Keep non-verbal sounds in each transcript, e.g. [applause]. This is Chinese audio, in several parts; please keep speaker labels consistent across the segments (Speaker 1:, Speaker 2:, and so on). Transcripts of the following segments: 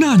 Speaker 1: 大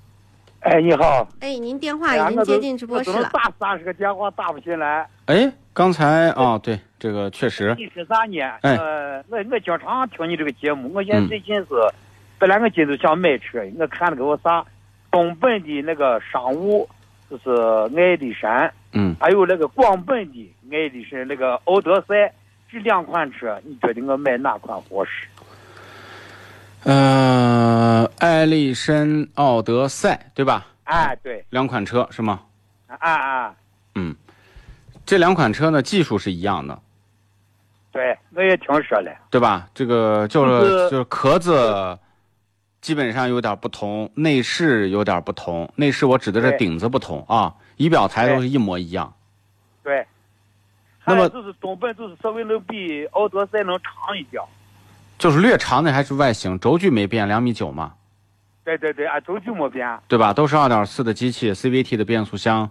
Speaker 2: 哎，你好，
Speaker 3: 哎，您电话
Speaker 2: 哎呀
Speaker 3: 已经
Speaker 2: 那
Speaker 3: 接
Speaker 2: 都
Speaker 3: 进直
Speaker 2: 那
Speaker 3: 播室
Speaker 2: 只能
Speaker 3: 了。
Speaker 2: 打三十个电话打不进来。
Speaker 4: 哎，刚才啊，对，这个确实，
Speaker 2: 你是啥呢？
Speaker 4: 哎
Speaker 2: 呃，我我经常听你这个节目，我现在
Speaker 4: 嗯
Speaker 2: 最近是，本来我今都想买车，我看了个我啥，东本的那个商务，就是爱丽绅，
Speaker 4: 嗯，
Speaker 2: 还有那个广本的爱丽绅那个欧德赛，这两款车，你觉得我买哪款合适？
Speaker 4: 呃，艾丽绅、奥德赛，对吧？
Speaker 2: 哎，对，
Speaker 4: 两款车是吗？
Speaker 2: 啊啊，
Speaker 4: 这两款车呢，技术是一样的，
Speaker 2: 对，我也听说了。
Speaker 4: 对吧？这个就是
Speaker 2: 就是
Speaker 4: 就是壳子，基本上有点不同，内饰有点不同。内饰我指的是
Speaker 2: 对
Speaker 4: 顶子不同啊，仪表台都
Speaker 2: 对
Speaker 4: 是一模一样。
Speaker 2: 对，
Speaker 4: 那么
Speaker 2: 还有就是东本就是稍微能比奥德赛能长一点。
Speaker 4: 就是略长的还是外形，轴距没变，两米九嘛，
Speaker 2: 对对对，啊，轴距没变。
Speaker 4: 对吧？都是二点四的机器，CVT 的变速箱，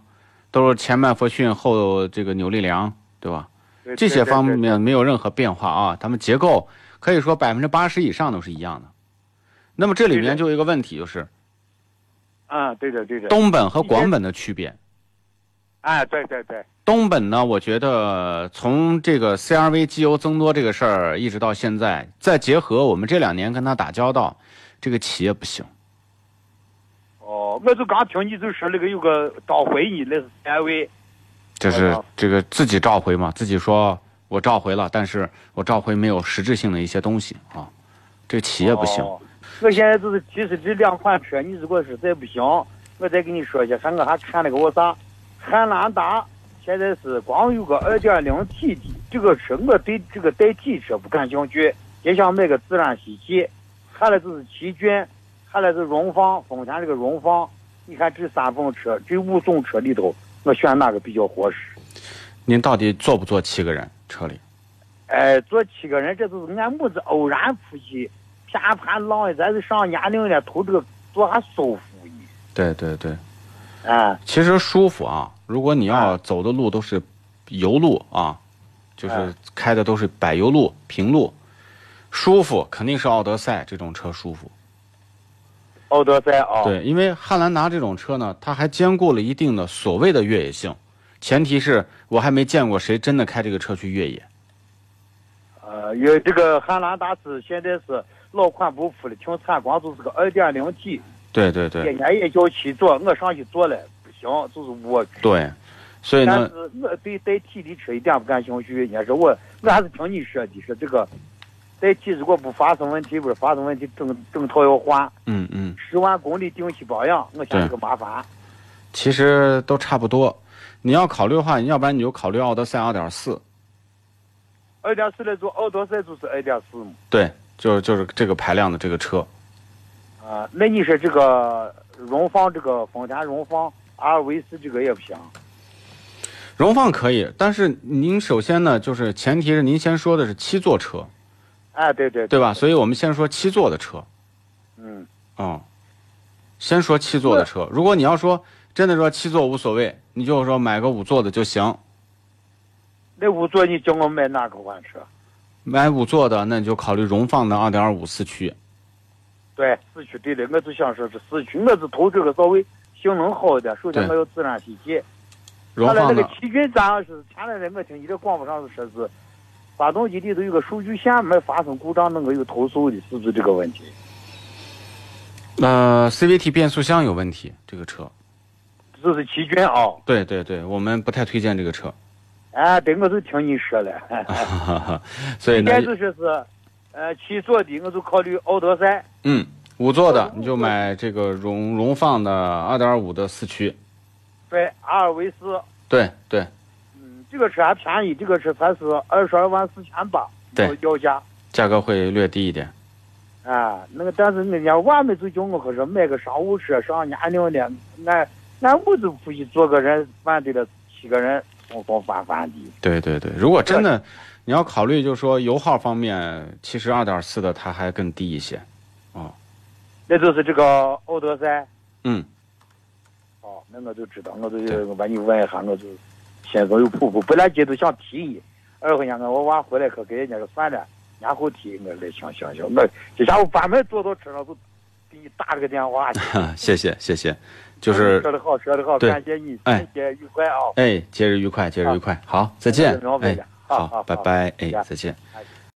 Speaker 4: 都是前麦弗逊后这个扭力梁，对吧？
Speaker 2: 对
Speaker 4: 这些方，
Speaker 2: 对对对
Speaker 4: 面没有任何变化啊，它们结构可以说百分之八十以上都是一样的。那么这里面就有一个问题，就是
Speaker 2: 嗯，对的对的。
Speaker 4: 东本和广本的区别。
Speaker 2: 哎，对对对，
Speaker 4: 东本呢，我觉得从这个 CRV 机油增多这个事儿一直到现在，再结合我们这两年跟他打交道，这个企业不行。
Speaker 2: 哦，我就刚听你就说那个有个召回你那是单位，
Speaker 4: 就
Speaker 2: 我知
Speaker 4: 是
Speaker 2: 道
Speaker 4: 这个自己召回嘛，自己说我召回了，但是我召回没有实质性的一些东西啊，这个企业不行。
Speaker 2: 哦我现在就是，其实这两款车，你如果实在不行，我再跟你说一下，还我还看了个我啥，汉兰达，现在是光有个二点零 T 的，这个车我对这个代替车不感兴趣，也想买个自然吸气。还来就是奇骏，还来是荣放，丰田这个荣放，你看这三种车，这五种车里头，我选哪个比较合适？
Speaker 4: 您到底坐不坐七个人车里？
Speaker 2: 哎，坐七个人，这都是俺母子偶然出去，偏盘浪，咱是上年龄了，图这个坐还舒服一
Speaker 4: 对对对，
Speaker 2: 啊。
Speaker 4: 其实舒服啊，如果你要
Speaker 2: 啊
Speaker 4: 走的路都是油路啊，就是
Speaker 2: 啊
Speaker 4: 开的都是柏油路、平路，舒服肯定是奥德赛这种车舒服。
Speaker 2: 奥德赛啊，
Speaker 4: 对，因为汉兰达这种车呢，它还兼顾了一定的所谓的越野性，前提是我还没见过谁真的开这个车去越野。
Speaker 2: 呃，有这个汉兰达是现在是老款不服了，停产光就是个二点零 T，
Speaker 4: 对对
Speaker 2: 今
Speaker 4: 对
Speaker 2: 年也叫七座，我上去坐了不行，就是我去。
Speaker 4: 对，所以
Speaker 2: 但
Speaker 4: 呢
Speaker 2: 是，我对代替的车一点不感兴趣，也是我我还是听你说的，说这个代替如果不发生问题，不是发生问题整整套要换，
Speaker 4: 嗯嗯，
Speaker 2: 十万公里定期保养，我嫌这个麻烦。
Speaker 4: 其实都差不多。你要考虑的话，要不然你就考虑奥德赛2.4，
Speaker 2: 二点四的就奥德赛就是二点四嘛，
Speaker 4: 对，就是就是这个排量的这个车。
Speaker 2: 啊、那你说这个荣放这个丰田荣放阿尔维斯这个也不行。
Speaker 4: 荣放可以，但是您首先呢，就是前提是您先说的是七座车，
Speaker 2: 哎，对对
Speaker 4: 对吧？所以我们先说七座的车，
Speaker 2: 嗯，
Speaker 4: 嗯，先说七座的车。如果你要说真的说七座无所谓，你就说买个五座的就行，
Speaker 2: 那五座你叫我买哪个款车？
Speaker 4: 买五座的那你就考虑荣放的2.5四驱。
Speaker 2: 对，四驱对的，我就想说是四驱，我是投这个稍微性能好一点。首先
Speaker 4: 对
Speaker 2: 我要自然吸气，
Speaker 4: 荣
Speaker 2: 看来那
Speaker 4: 放
Speaker 2: 个
Speaker 4: 的
Speaker 2: 奇骏咱要是前两天我听你的广播上是说是，发动机里头有个数据线没发生故障，那个有投诉的，是不是这个问题？
Speaker 4: 呃 CVT 变速箱有问题，这个车，
Speaker 2: 这是奇骏啊！
Speaker 4: 对对对，我们不太推荐这个车， [laughs]
Speaker 2: 哎，对，我就听你说了。
Speaker 4: 所以
Speaker 2: 现
Speaker 4: 呢，
Speaker 2: 在就说是，呃，七座的我就考虑奥德赛。
Speaker 4: 嗯，五座的你就买这个荣荣放的2.5的四驱，
Speaker 2: 对，阿尔维斯，
Speaker 4: 对对。
Speaker 2: 嗯，这个车还便宜，这个车才是二十二万四千八，
Speaker 4: 对
Speaker 2: 要价。
Speaker 4: 价格会略低一点。
Speaker 2: 啊，那个，但是人家娃们就叫我可是买个商务车，上年龄了，俺俺屋子出去坐个人，反对了七个人，送送反反的。
Speaker 4: 对对对，如果真的你要考虑，就是说油耗方面，其实二点四的它还更低一些。
Speaker 2: 那就是这个奥德赛。
Speaker 4: 嗯，
Speaker 2: 哦，那我就知道，我
Speaker 4: 对
Speaker 2: 就把你问一下，我就心中有瀑布。本来姐都想提你，二回俺我娃回来可给人家说算了，年后提我来想想想，我这下午专门坐到车上就给你打了个电话。
Speaker 4: [laughs] 谢谢谢谢，就是
Speaker 2: 嗯说的好，说的好，
Speaker 4: 对
Speaker 2: 感谢你，
Speaker 4: 哎
Speaker 2: 谢谢，愉快啊！
Speaker 4: 哎，节日愉快，节日愉快，好，再见
Speaker 2: 好，
Speaker 4: 哎，
Speaker 2: 好
Speaker 4: 好，
Speaker 2: 好
Speaker 4: 拜拜，
Speaker 2: 再
Speaker 4: 哎
Speaker 2: 见，
Speaker 4: 再见。
Speaker 2: 哎